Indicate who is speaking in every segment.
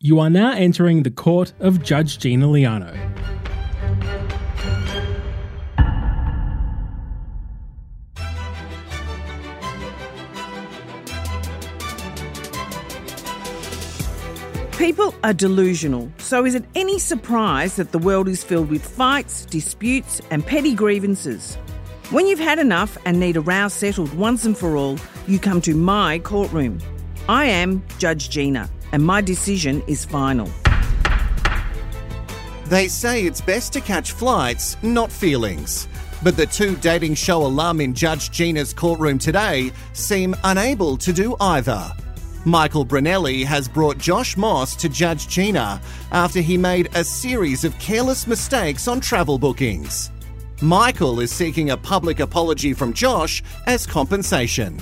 Speaker 1: You are now entering the court of Judge Gina Liano.
Speaker 2: People are delusional, so is it any surprise that the world is filled with fights, disputes, and petty grievances? When you've had enough and need a row settled once and for all, you come to my courtroom. I am Judge Gina, and my decision is final.
Speaker 3: They say it's best to catch flights, not feelings. But the two dating show alum in Judge Gina's courtroom today seem unable to do either. Michael Brunelli has brought Josh Moss to Judge Gina after he made a series of careless mistakes on travel bookings. Michael is seeking a public apology from Josh as compensation.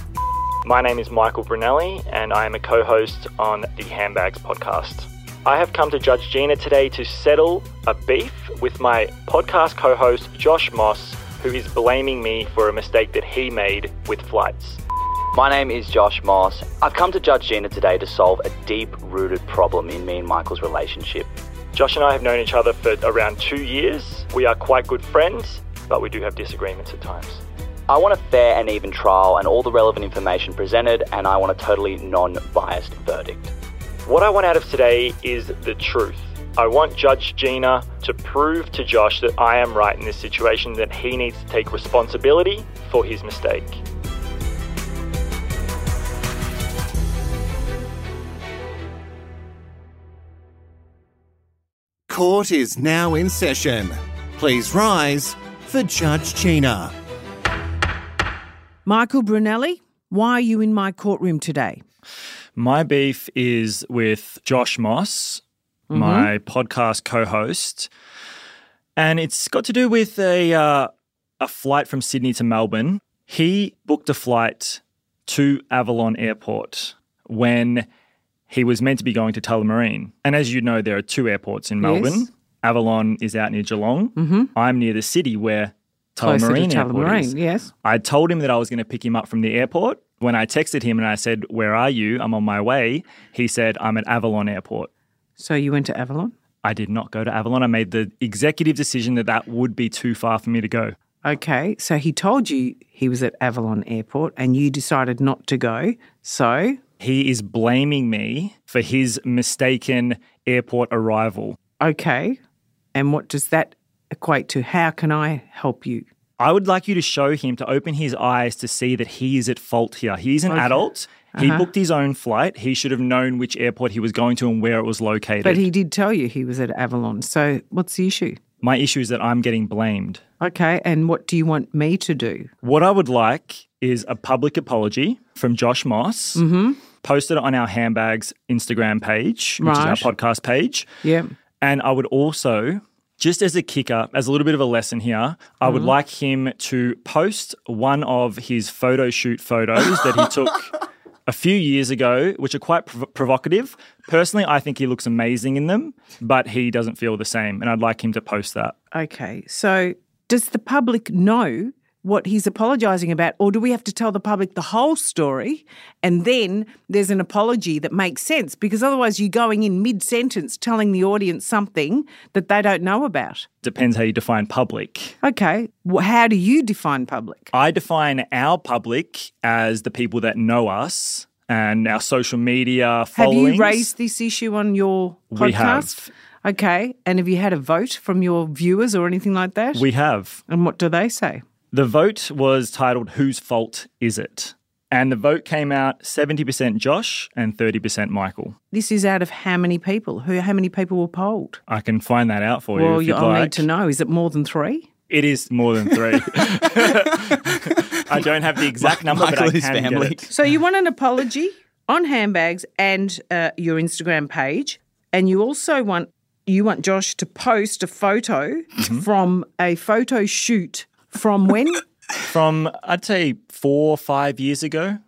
Speaker 4: My name is Michael Brunelli, and I am a co host on the Handbags podcast. I have come to Judge Gina today to settle a beef with my podcast co host, Josh Moss, who is blaming me for a mistake that he made with flights.
Speaker 5: My name is Josh Moss. I've come to Judge Gina today to solve a deep rooted problem in me and Michael's relationship.
Speaker 4: Josh and I have known each other for around two years. We are quite good friends, but we do have disagreements at times.
Speaker 5: I want a fair and even trial and all the relevant information presented, and I want a totally non biased verdict.
Speaker 4: What I want out of today is the truth. I want Judge Gina to prove to Josh that I am right in this situation, that he needs to take responsibility for his mistake.
Speaker 3: Court is now in session. Please rise for Judge Gina.
Speaker 2: Michael Brunelli, why are you in my courtroom today?
Speaker 6: My beef is with Josh Moss, my podcast co-host, and it's got to do with a uh, a flight from Sydney to Melbourne. He booked a flight to Avalon Airport when he was meant to be going to Tullamarine, and as you know, there are two airports in Melbourne.
Speaker 2: Yes.
Speaker 6: Avalon is out near Geelong. I'm near the city where Tullamarine Airport is.
Speaker 2: yes.
Speaker 6: I told him that I was going to pick him up from the airport. When I texted him and I said, Where are you? I'm on my way. He said, I'm at Avalon Airport.
Speaker 2: So you went to Avalon?
Speaker 6: I did not go to Avalon. I made the executive decision that that would be too far for me to go.
Speaker 2: Okay, so he told you he was at Avalon Airport and you decided not to go. So,
Speaker 6: He is blaming me for his mistaken airport arrival.
Speaker 2: okay. And what does that equate to? How can I help you?
Speaker 6: I would like you to show him to open his eyes to see that he is at fault here. He is an adult. He
Speaker 2: Uh-huh.
Speaker 6: booked his own flight. He should have known which airport he was going to and where it was located.
Speaker 2: But he did tell you he was at Avalon. So, what's the issue?
Speaker 6: My issue is that I'm getting blamed.
Speaker 2: Okay, and what do you want me to do?
Speaker 6: What I would like is a public apology from Josh Moss, posted on our handbags Instagram page, which
Speaker 2: Right.
Speaker 6: is our podcast page.
Speaker 2: Yeah.
Speaker 6: And I would also, just as a kicker, as a little bit of a lesson here, I would like him to post one of his photo shoot photos that he took a few years ago, which are quite prov- provocative. Personally, I think he looks amazing in them, but he doesn't feel the same. And I'd like him to post that.
Speaker 2: Okay, so does the public know what he's apologising about, or do we have to tell the public the whole story and then there's an apology that makes sense? Because otherwise, you're going in mid sentence telling the audience something that they don't know about.
Speaker 6: Depends how you define public.
Speaker 2: Okay, wh- how do you define public?
Speaker 6: I define our public as the people that know us and our social media
Speaker 2: Have
Speaker 6: followings.
Speaker 2: you raised this issue on your podcast?
Speaker 6: We have.
Speaker 2: Okay, and have you had a vote from your viewers or anything like that?
Speaker 6: We have.
Speaker 2: and what do they say?
Speaker 6: The vote was titled Whose Fault Is It? And the vote came out 70% Josh and 30% Michael.
Speaker 2: This is out of how many people? Who? How many people were polled?
Speaker 6: I can find that out for you
Speaker 2: well,
Speaker 6: if you'd
Speaker 2: I'll
Speaker 6: like.
Speaker 2: need to know. Is it more than three?
Speaker 6: It is more than three. I don't have the exact number,
Speaker 3: Michael
Speaker 6: but I
Speaker 3: is
Speaker 6: can
Speaker 3: family.
Speaker 6: get it.
Speaker 2: So you want an apology on handbags and uh, your Instagram page, and you also want you want Josh to post a photo
Speaker 6: Mm-hmm.
Speaker 2: from a photo shoot from when
Speaker 6: From, I'd say, four or five years ago.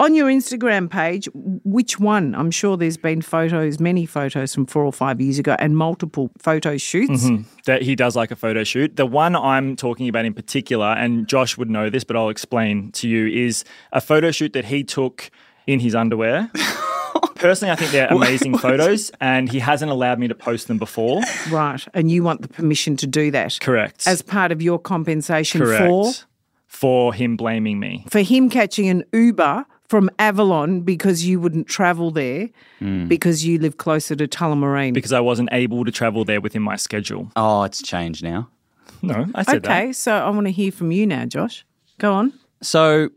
Speaker 2: on your Instagram page. Which one? I'm sure there's been photos, many photos from four or five years ago, and multiple photo shoots.
Speaker 6: that he does like a photo shoot. The one I'm talking about in particular, and Josh would know this, but I'll explain to you, is a photo shoot that he took in his underwear. Personally, I think they're amazing photos, and he hasn't allowed me to post them before.
Speaker 2: Right. And you want the permission to do that.
Speaker 6: Mm-hmm. Correct.
Speaker 2: As part of your compensation
Speaker 6: Correct.
Speaker 2: for
Speaker 6: For him blaming me.
Speaker 2: for him catching an Uber from Avalon because you wouldn't travel there because you live closer to Tullamarine.
Speaker 6: Mm. Because I wasn't able to travel there within my schedule.
Speaker 5: Oh, it's changed now.
Speaker 6: No, I said
Speaker 2: okay,
Speaker 6: that.
Speaker 2: so I want to hear from you now, Josh. Go on.
Speaker 5: So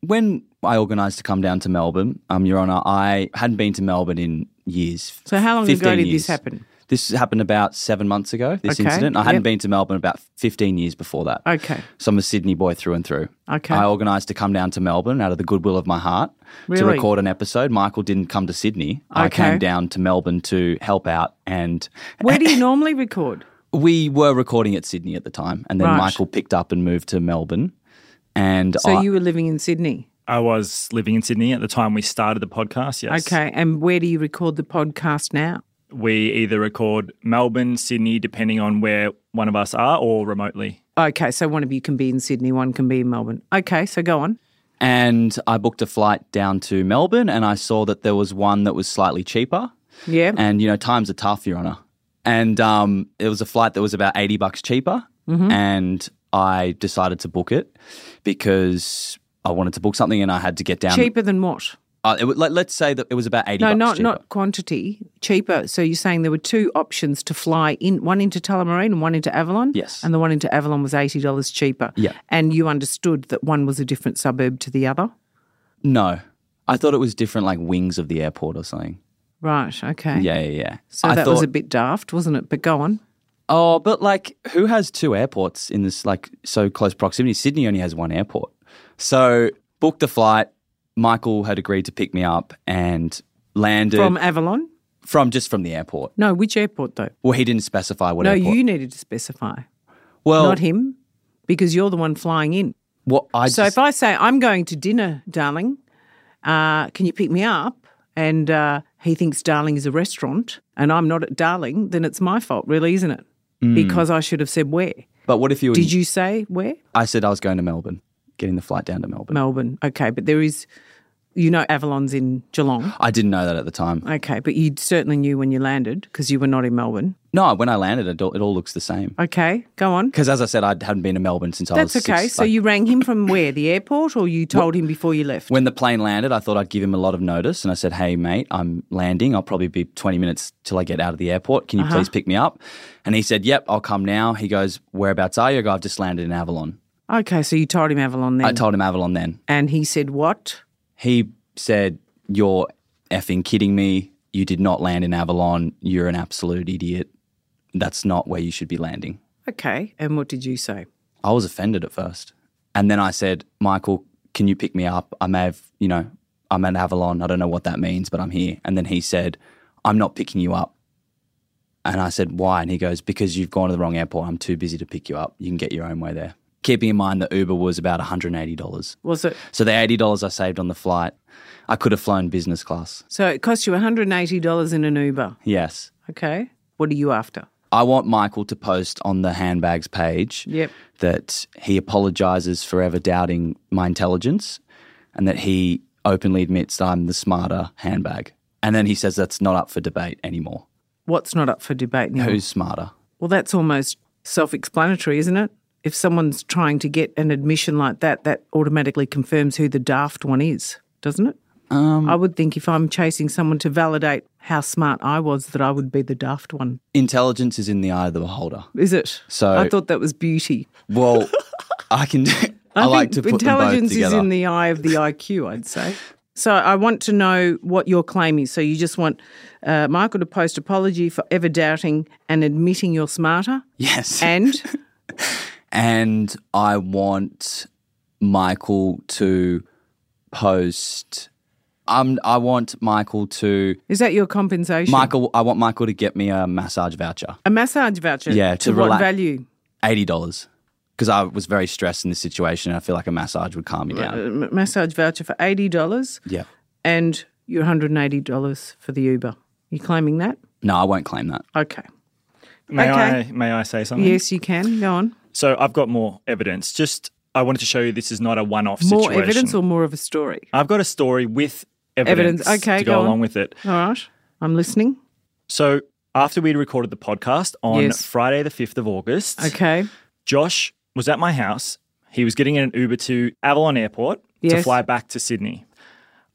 Speaker 5: when I organised to come down to Melbourne, um, Your Honour, I hadn't been to Melbourne in years.
Speaker 2: So how long ago
Speaker 5: 15
Speaker 2: did
Speaker 5: years.
Speaker 2: this happen?
Speaker 5: This happened about seven months ago. This
Speaker 2: Okay,
Speaker 5: incident. I hadn't
Speaker 2: yep.
Speaker 5: been to Melbourne about fifteen years before that.
Speaker 2: Okay.
Speaker 5: So I'm a Sydney boy through and through.
Speaker 2: Okay.
Speaker 5: I organised to come down to Melbourne out of the goodwill of my heart to
Speaker 2: Really?
Speaker 5: record an episode. Michael didn't come to Sydney. I
Speaker 2: Okay.
Speaker 5: came down to Melbourne to help out, and
Speaker 2: Where do you normally record?
Speaker 5: we were recording at Sydney at the time. And then
Speaker 2: Right.
Speaker 5: Michael picked up and moved to Melbourne. And
Speaker 2: So
Speaker 5: I,
Speaker 2: you were living in Sydney.
Speaker 6: I was living in Sydney at the time we started the podcast. Yes.
Speaker 2: Okay. And where do you record the podcast now?
Speaker 6: We either record Melbourne, Sydney, depending on where one of us are, or remotely.
Speaker 2: Okay, so one of you can be in Sydney, one can be in Melbourne. Okay, so go on.
Speaker 5: and I booked a flight down to Melbourne, and I saw that there was one that was slightly cheaper.
Speaker 2: Yeah.
Speaker 5: And you know, times are tough, Your Honor. And um, it was a flight that was about eighty bucks cheaper,
Speaker 2: Mm-hmm.
Speaker 5: and I decided to book it because I wanted to book something, and I had to get down.
Speaker 2: cheaper than what?
Speaker 5: Uh, it, would- let, let's say that it was about eighty.
Speaker 2: No,
Speaker 5: um, bucks
Speaker 2: not
Speaker 5: cheaper.
Speaker 2: not quantity, cheaper. So you're saying there were two options to fly in, one into Tullamarine and one into Avalon.
Speaker 5: Yes.
Speaker 2: And the one into Avalon was eighty dollars cheaper.
Speaker 5: Yeah.
Speaker 2: And you understood that one was a different suburb to the other.
Speaker 5: No, I thought it was different, like wings of the airport or something.
Speaker 2: Right. Okay.
Speaker 5: Yeah, yeah, yeah.
Speaker 2: So
Speaker 5: I
Speaker 2: that was
Speaker 5: thought-
Speaker 2: a bit daft, wasn't it? But go on.
Speaker 5: Oh, but like, who has two airports in this like so close proximity? Sydney only has one airport. So booked the flight. Michael had agreed to pick me up and landed
Speaker 2: From
Speaker 5: from,
Speaker 2: Avalon?
Speaker 5: just from the airport.
Speaker 2: No, which airport though?
Speaker 5: Well, he didn't specify what
Speaker 2: no,
Speaker 5: airport. Oh.
Speaker 2: you needed to specify,
Speaker 5: well,
Speaker 2: not him, because you're the one flying in.
Speaker 5: What I
Speaker 2: So
Speaker 5: just,
Speaker 2: if I say I'm going to dinner, darling, uh, can you pick me up? And uh, he thinks darling is a restaurant, and I'm not at darling. Then it's my fault, really, isn't it?
Speaker 5: Hmm.
Speaker 2: Because I should have said where.
Speaker 5: but what if you? Were,
Speaker 2: Did you say where?
Speaker 5: I said I was going to Melbourne, getting the flight down to Melbourne.
Speaker 2: Melbourne. Okay, but there is, you know, Avalon's in Geelong.
Speaker 5: I didn't know that at the time.
Speaker 2: Okay, but you certainly knew when you landed because you were not in Melbourne.
Speaker 5: No, when I landed, it all, it all looks the same.
Speaker 2: Okay, go on.
Speaker 5: Because as I said, I hadn't been to Melbourne since I was
Speaker 2: That's
Speaker 5: six,
Speaker 2: okay. So
Speaker 5: like-
Speaker 2: you rang him from where? The airport, or you told him before you left?
Speaker 5: When the plane landed, I thought I'd give him a lot of notice. And I said, Hey, mate, I'm landing. I'll probably be 20 minutes till I get out of the airport. Can you please pick me up? And he said, Yep, I'll come now. He goes, Whereabouts are you? I go, I've just landed in Avalon.
Speaker 2: Okay, so you told him Avalon
Speaker 5: I
Speaker 2: then,
Speaker 5: told him Avalon then.
Speaker 2: and he said what?
Speaker 5: He said, You're effing kidding me. You did not land in Avalon. You're an absolute idiot. That's not where you should be landing.
Speaker 2: Okay, and what did you say?
Speaker 5: I was offended at first. And then I said, Michael, can you pick me up? I may have, you know, I'm at Avalon. I don't know what that means, but I'm here. And then he said, I'm not picking you up. And I said, why? And he goes, because you've gone to the wrong airport. I'm too busy to pick you up. You can get your own way there. Keeping in mind that Uber was about $180.
Speaker 2: Was it
Speaker 5: So the $80 I saved on the flight, I could have flown business class.
Speaker 2: so? It cost you one hundred and eighty dollars in an Uber.
Speaker 5: Yes.
Speaker 2: Okay, what are you after?
Speaker 5: I want Michael to post on the handbags page
Speaker 2: Yep.
Speaker 5: that he apologizes for ever doubting my intelligence and that he openly admits that I'm the smarter handbag. And then he says that's not up for debate anymore.
Speaker 2: What's not up for debate now?
Speaker 5: Who's smarter?
Speaker 2: Well, that's almost self-explanatory, isn't it? If someone's trying to get an admission like that, that automatically confirms who the daft one is, doesn't it? Um, I would think if I'm chasing someone to validate how smart I was, that I would be the daft one.
Speaker 5: Intelligence is in the eye of the beholder.
Speaker 2: Is it?
Speaker 5: So-
Speaker 2: I thought that was beauty.
Speaker 5: Well, I can. I,
Speaker 2: I,
Speaker 5: like to
Speaker 2: think
Speaker 5: put
Speaker 2: intelligence
Speaker 5: them both
Speaker 2: is
Speaker 5: together.
Speaker 2: in the eye of the IQ, I'd say. So I want to know what your claim is. So you just want uh, Michael to post apology for ever doubting and admitting you're smarter,
Speaker 5: yes,
Speaker 2: and
Speaker 5: and I want Michael to post. Um, I want Michael to
Speaker 2: is that your compensation?
Speaker 5: Michael. I want Michael to get me a massage voucher.
Speaker 2: a massage voucher.
Speaker 5: Yeah, to
Speaker 2: what
Speaker 5: relax.
Speaker 2: value?
Speaker 5: eighty dollars because I was very stressed in this situation. And I feel like a massage would calm me
Speaker 2: A
Speaker 5: down.
Speaker 2: m- massage voucher for eighty dollars,
Speaker 5: Yeah.
Speaker 2: and you're one hundred and eighty dollars for the Uber. You claiming that?
Speaker 5: No, I won't claim that.
Speaker 2: Okay.
Speaker 5: Mm-hmm.
Speaker 6: May
Speaker 2: Okay.
Speaker 6: I may I say something?
Speaker 2: Yes, you can go on.
Speaker 6: So I've got more evidence. Just I wanted to show you this is not a one-off
Speaker 2: More
Speaker 6: situation.
Speaker 2: evidence or more of a story?
Speaker 6: I've got a story with evidence,
Speaker 2: Evidence. Okay,
Speaker 6: to
Speaker 2: go
Speaker 6: go
Speaker 2: on.
Speaker 6: along with it.
Speaker 2: All right. I'm listening.
Speaker 6: So after we'd recorded the podcast on
Speaker 2: Yes.
Speaker 6: Friday, the 5th of August,
Speaker 2: Okay.
Speaker 6: Josh was at my house. He was getting in an Uber to Avalon Airport to
Speaker 2: Yes.
Speaker 6: fly back to Sydney.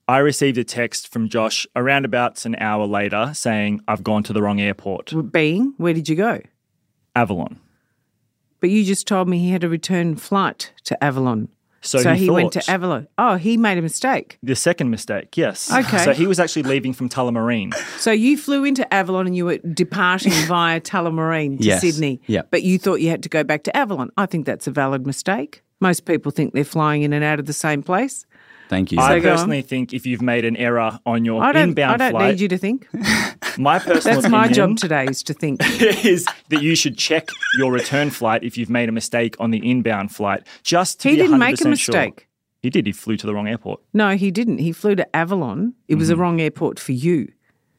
Speaker 6: I received a text from Josh around about an hour later saying, I've gone to the wrong airport,
Speaker 2: Being, where did you go?
Speaker 6: Avalon.
Speaker 2: But you just told me he had a return flight to Avalon.
Speaker 6: So,
Speaker 2: he, went
Speaker 6: thought-
Speaker 2: to Avalon. Oh, he made a mistake.
Speaker 6: The second mistake, yes.
Speaker 2: Okay.
Speaker 6: So he was actually leaving from Tullamarine.
Speaker 2: So you flew into Avalon and you were departing via Tullamarine to
Speaker 5: Yes.
Speaker 2: Sydney.
Speaker 5: Yep.
Speaker 2: But you thought you had to go back to Avalon. I think that's a valid mistake. Most people think they're flying in and out of the same place.
Speaker 5: Thank you.
Speaker 6: I
Speaker 2: go on.
Speaker 6: personally think if you've made an error on your
Speaker 2: "Oh." I don't. I
Speaker 6: inbound
Speaker 2: don't
Speaker 6: flight,
Speaker 2: need you to think.
Speaker 6: my personal
Speaker 2: That's my job
Speaker 6: opinion
Speaker 2: today is to think.
Speaker 6: is that you should check your return flight if you've made a mistake on the inbound flight. Just to
Speaker 2: He
Speaker 6: be
Speaker 2: didn't make a
Speaker 6: 100% sure.
Speaker 2: mistake.
Speaker 6: He did. He flew to the wrong airport.
Speaker 2: No, he didn't. He flew to Avalon. It was the wrong airport for you.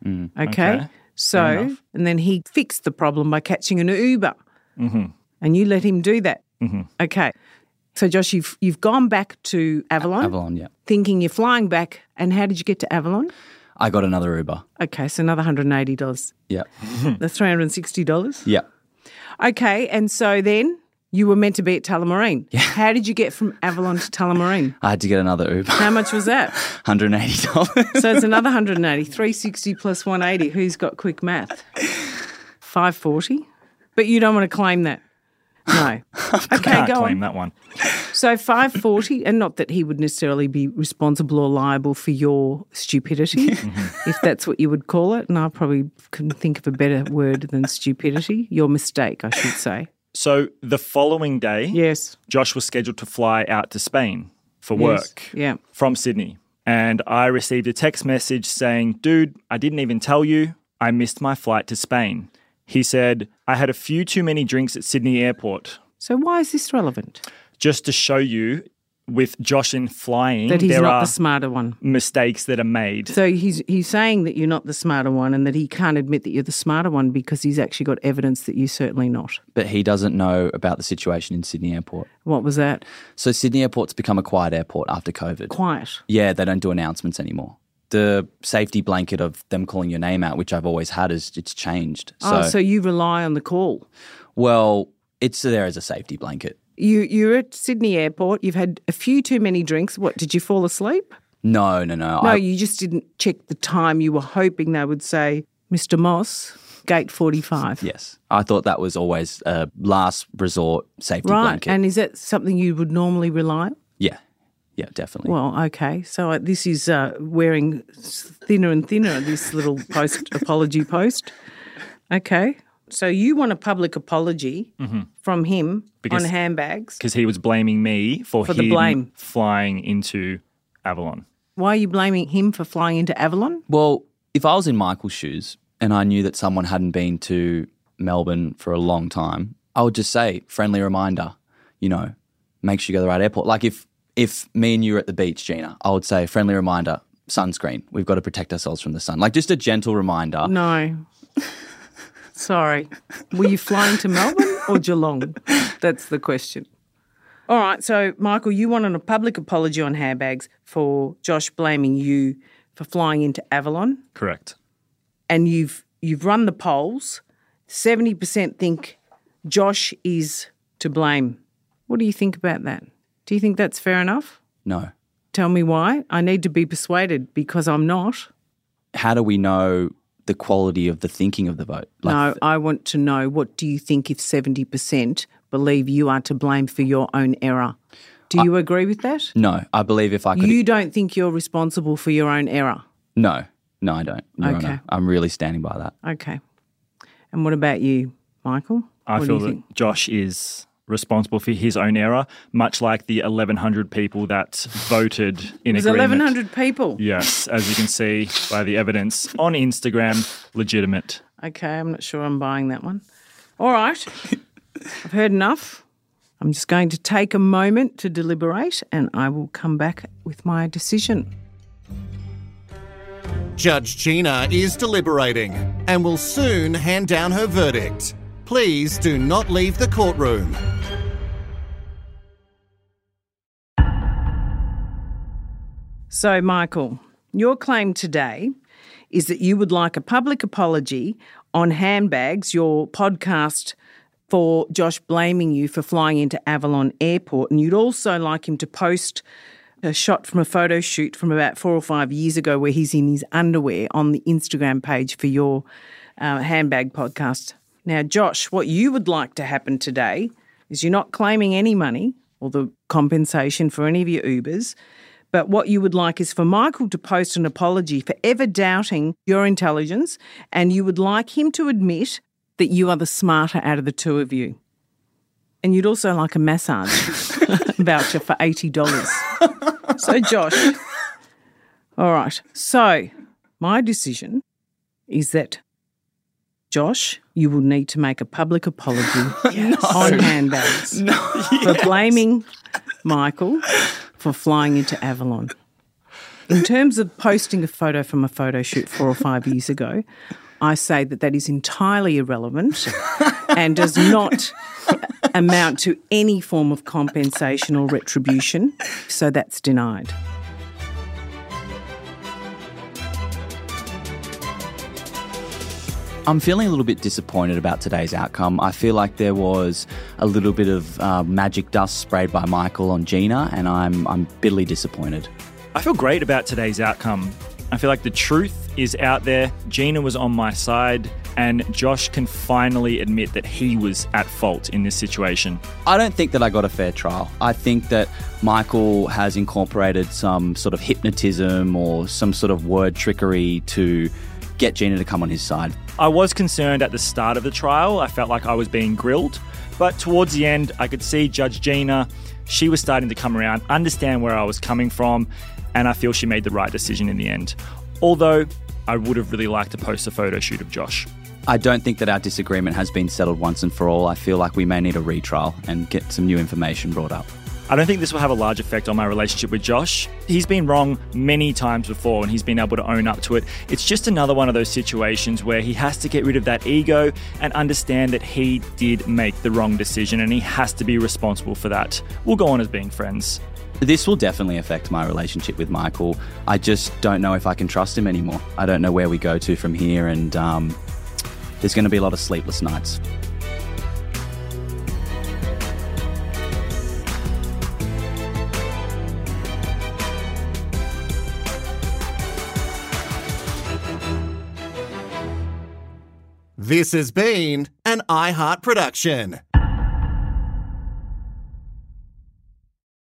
Speaker 2: Mm-hmm. Mm. okay?
Speaker 6: okay.
Speaker 2: So, and then he fixed the problem by catching an Uber. Mm-hmm. And you let him do that. Okay. So, Josh, you've, you've gone back to Avalon,
Speaker 5: Avalon, yeah.
Speaker 2: thinking you're flying back. And how did you get to Avalon?
Speaker 5: I got another Uber.
Speaker 2: Okay, so another $180.
Speaker 5: Yeah.
Speaker 2: That's $360.
Speaker 5: Yeah.
Speaker 2: Okay, and so then you were meant to be at Tullamarine. How did you get from Avalon to Tullamarine?
Speaker 5: I had to get another Uber.
Speaker 2: How much was that?
Speaker 5: $180.
Speaker 2: So it's another 180, 360 plus 180. Who's got quick math? 540. But you don't want to claim that. No. Okay,
Speaker 6: Can't
Speaker 2: go
Speaker 6: claim
Speaker 2: on.
Speaker 6: that one.
Speaker 2: So 540, and not that he would necessarily be responsible or liable for your stupidity, if that's what you would call it. And I probably couldn't think of a better word than stupidity. Your mistake, I should say.
Speaker 6: So the following day,
Speaker 2: Yes.
Speaker 6: Josh was scheduled to fly out to Spain for
Speaker 2: Yes.
Speaker 6: work
Speaker 2: Yeah.
Speaker 6: from Sydney. And I received a text message saying, Dude, I didn't even tell you. I missed my flight to Spain. He said, I had a few too many drinks at Sydney airport.
Speaker 2: So why is this relevant?
Speaker 6: Just to show you, with Josh in flying,
Speaker 2: That he's
Speaker 6: Mm, there
Speaker 2: not
Speaker 6: are
Speaker 2: the smarter one.
Speaker 6: mistakes that are made.
Speaker 2: So he's he's saying that you're not the smarter one, and that he can't admit that you're the smarter one because he's actually got evidence that you're certainly not.
Speaker 5: but he doesn't know about the situation in Sydney Airport.
Speaker 2: What was that?
Speaker 5: So Sydney Airport's become a quiet airport after COVID.
Speaker 2: Quiet.
Speaker 5: Yeah, they don't do announcements anymore. The safety blanket of them calling your name out, which I've always had, is it's changed. So,
Speaker 2: oh, so you rely on the call.
Speaker 5: well, it's there as a safety blanket.
Speaker 2: You you're at Sydney Airport. You've had a few too many drinks. What did you fall asleep?
Speaker 5: No, no, no.
Speaker 2: No,
Speaker 5: I,
Speaker 2: you just didn't check the time. You were hoping they would say, "Mr. Moss, gate 45."
Speaker 5: yes, I thought that was always a last resort safety
Speaker 2: Right,
Speaker 5: blanket.
Speaker 2: and is that something you would normally rely on?
Speaker 5: yeah, yeah, definitely.
Speaker 2: Well, okay. So uh, this is uh, wearing s- thinner and thinner, this little post apology post. Okay. So you want a public apology from him
Speaker 6: Because-
Speaker 2: on handbags.
Speaker 6: Because he was blaming me for,
Speaker 2: For the
Speaker 6: him
Speaker 2: blame.
Speaker 6: flying into Avalon.
Speaker 2: Why are you blaming him for flying into Avalon?
Speaker 5: Well, if I was in Michael's shoes and I knew that someone hadn't been to Melbourne for a long time, I would just say, friendly reminder, you know, make sure you go to the right airport. Like if if me and you were at the beach, Gina, I would say, friendly reminder, sunscreen. We've got to protect ourselves from the sun. Like just a gentle reminder.
Speaker 2: No. Sorry. Were you flying to Melbourne or Geelong? That's the question. All right. So, Michael, you want a public apology on handbags for Josh blaming you for flying into Avalon.
Speaker 6: Correct.
Speaker 2: and you've you've run the polls, seventy percent think Josh is to blame. What do you think about that? Do you think that's fair enough?
Speaker 5: No.
Speaker 2: Tell me why. I need to be persuaded because I'm not.
Speaker 5: How do we know the quality of the thinking of the vote? Like
Speaker 2: No, I want to know what do you think if seventy percent believe you are to blame for your own error? Do you agree with that?
Speaker 5: no, I believe if I could
Speaker 2: You don't think you're responsible for your own error.
Speaker 5: No. No, I don't. Your
Speaker 2: Okay.
Speaker 5: Honor. I'm really standing by that.
Speaker 2: Okay. And what about you, Michael?
Speaker 6: I
Speaker 2: what
Speaker 6: feel
Speaker 2: do you
Speaker 6: that
Speaker 2: think?
Speaker 6: Josh is responsible for his own error, much like the 1,100 people that voted in
Speaker 2: There's
Speaker 6: agreement.
Speaker 2: eleven hundred people.
Speaker 6: Yes, as you can see by the evidence on Instagram, legitimate.
Speaker 2: Okay, I'm not sure I'm buying that one. All right, I've heard enough. I'm just going to take a moment to deliberate and I will come back with my decision.
Speaker 3: Judge Gina is deliberating and will soon hand down her verdict. Please do not leave the courtroom.
Speaker 2: So, Michael, Your claim today is that you would like a public apology on Handbags, your podcast for Josh blaming you for flying into Avalon Airport. And you'd also like him to post a shot from a photo shoot from about four or five years ago where he's in his underwear on the Instagram page for your uh, handbag podcast. Now, Josh, what you would like to happen today is you're not claiming any money or the compensation for any of your Ubers, but what you would like is for Michael to post an apology for ever doubting your intelligence, and you would like him to admit that you are the smarter out of the two of you. And you'd also like a massage voucher for $80. So, Josh, all right. So, my decision is that, Josh, you will need to make a public apology on handbags for blaming Michael for flying into Avalon. In terms of posting a photo from a photo shoot four or five years ago, I say that that is entirely irrelevant and does not amount to any form of compensation or retribution. So that's denied.
Speaker 5: I'm feeling a little bit disappointed about today's outcome. I feel like there was a little bit of uh, magic dust sprayed by Michael on Gina, and I'm I'm bitterly disappointed.
Speaker 6: I feel great about today's outcome. I feel like the truth is out there. Gina was on my side, and Josh can finally admit that he was at fault in this situation.
Speaker 5: I don't think that I got a fair trial. I think that Michael has incorporated some sort of hypnotism or some sort of word trickery to get Gina to come on his side.
Speaker 6: I was concerned at the start of the trial. I felt like I was being grilled. But towards the end, I could see Judge Gina. She was starting to come around, understand where I was coming from, and I feel she made the right decision in the end. Although, I would have really liked to post a photo shoot of Josh.
Speaker 5: I don't think that our disagreement has been settled once and for all. I feel like we may need a retrial and get some new information brought up.
Speaker 6: I don't think this will have a large effect on my relationship with Josh. He's been wrong many times before and he's been able to own up to it. It's just another one of those situations where he has to get rid of that ego and understand that he did make the wrong decision and he has to be responsible for that. We'll go on as being friends.
Speaker 5: This will definitely affect my relationship with Michael. I just don't know if I can trust him anymore. I don't know where we go to from here, and um, there's going to be a lot of sleepless nights.
Speaker 3: This has been an iHeart production.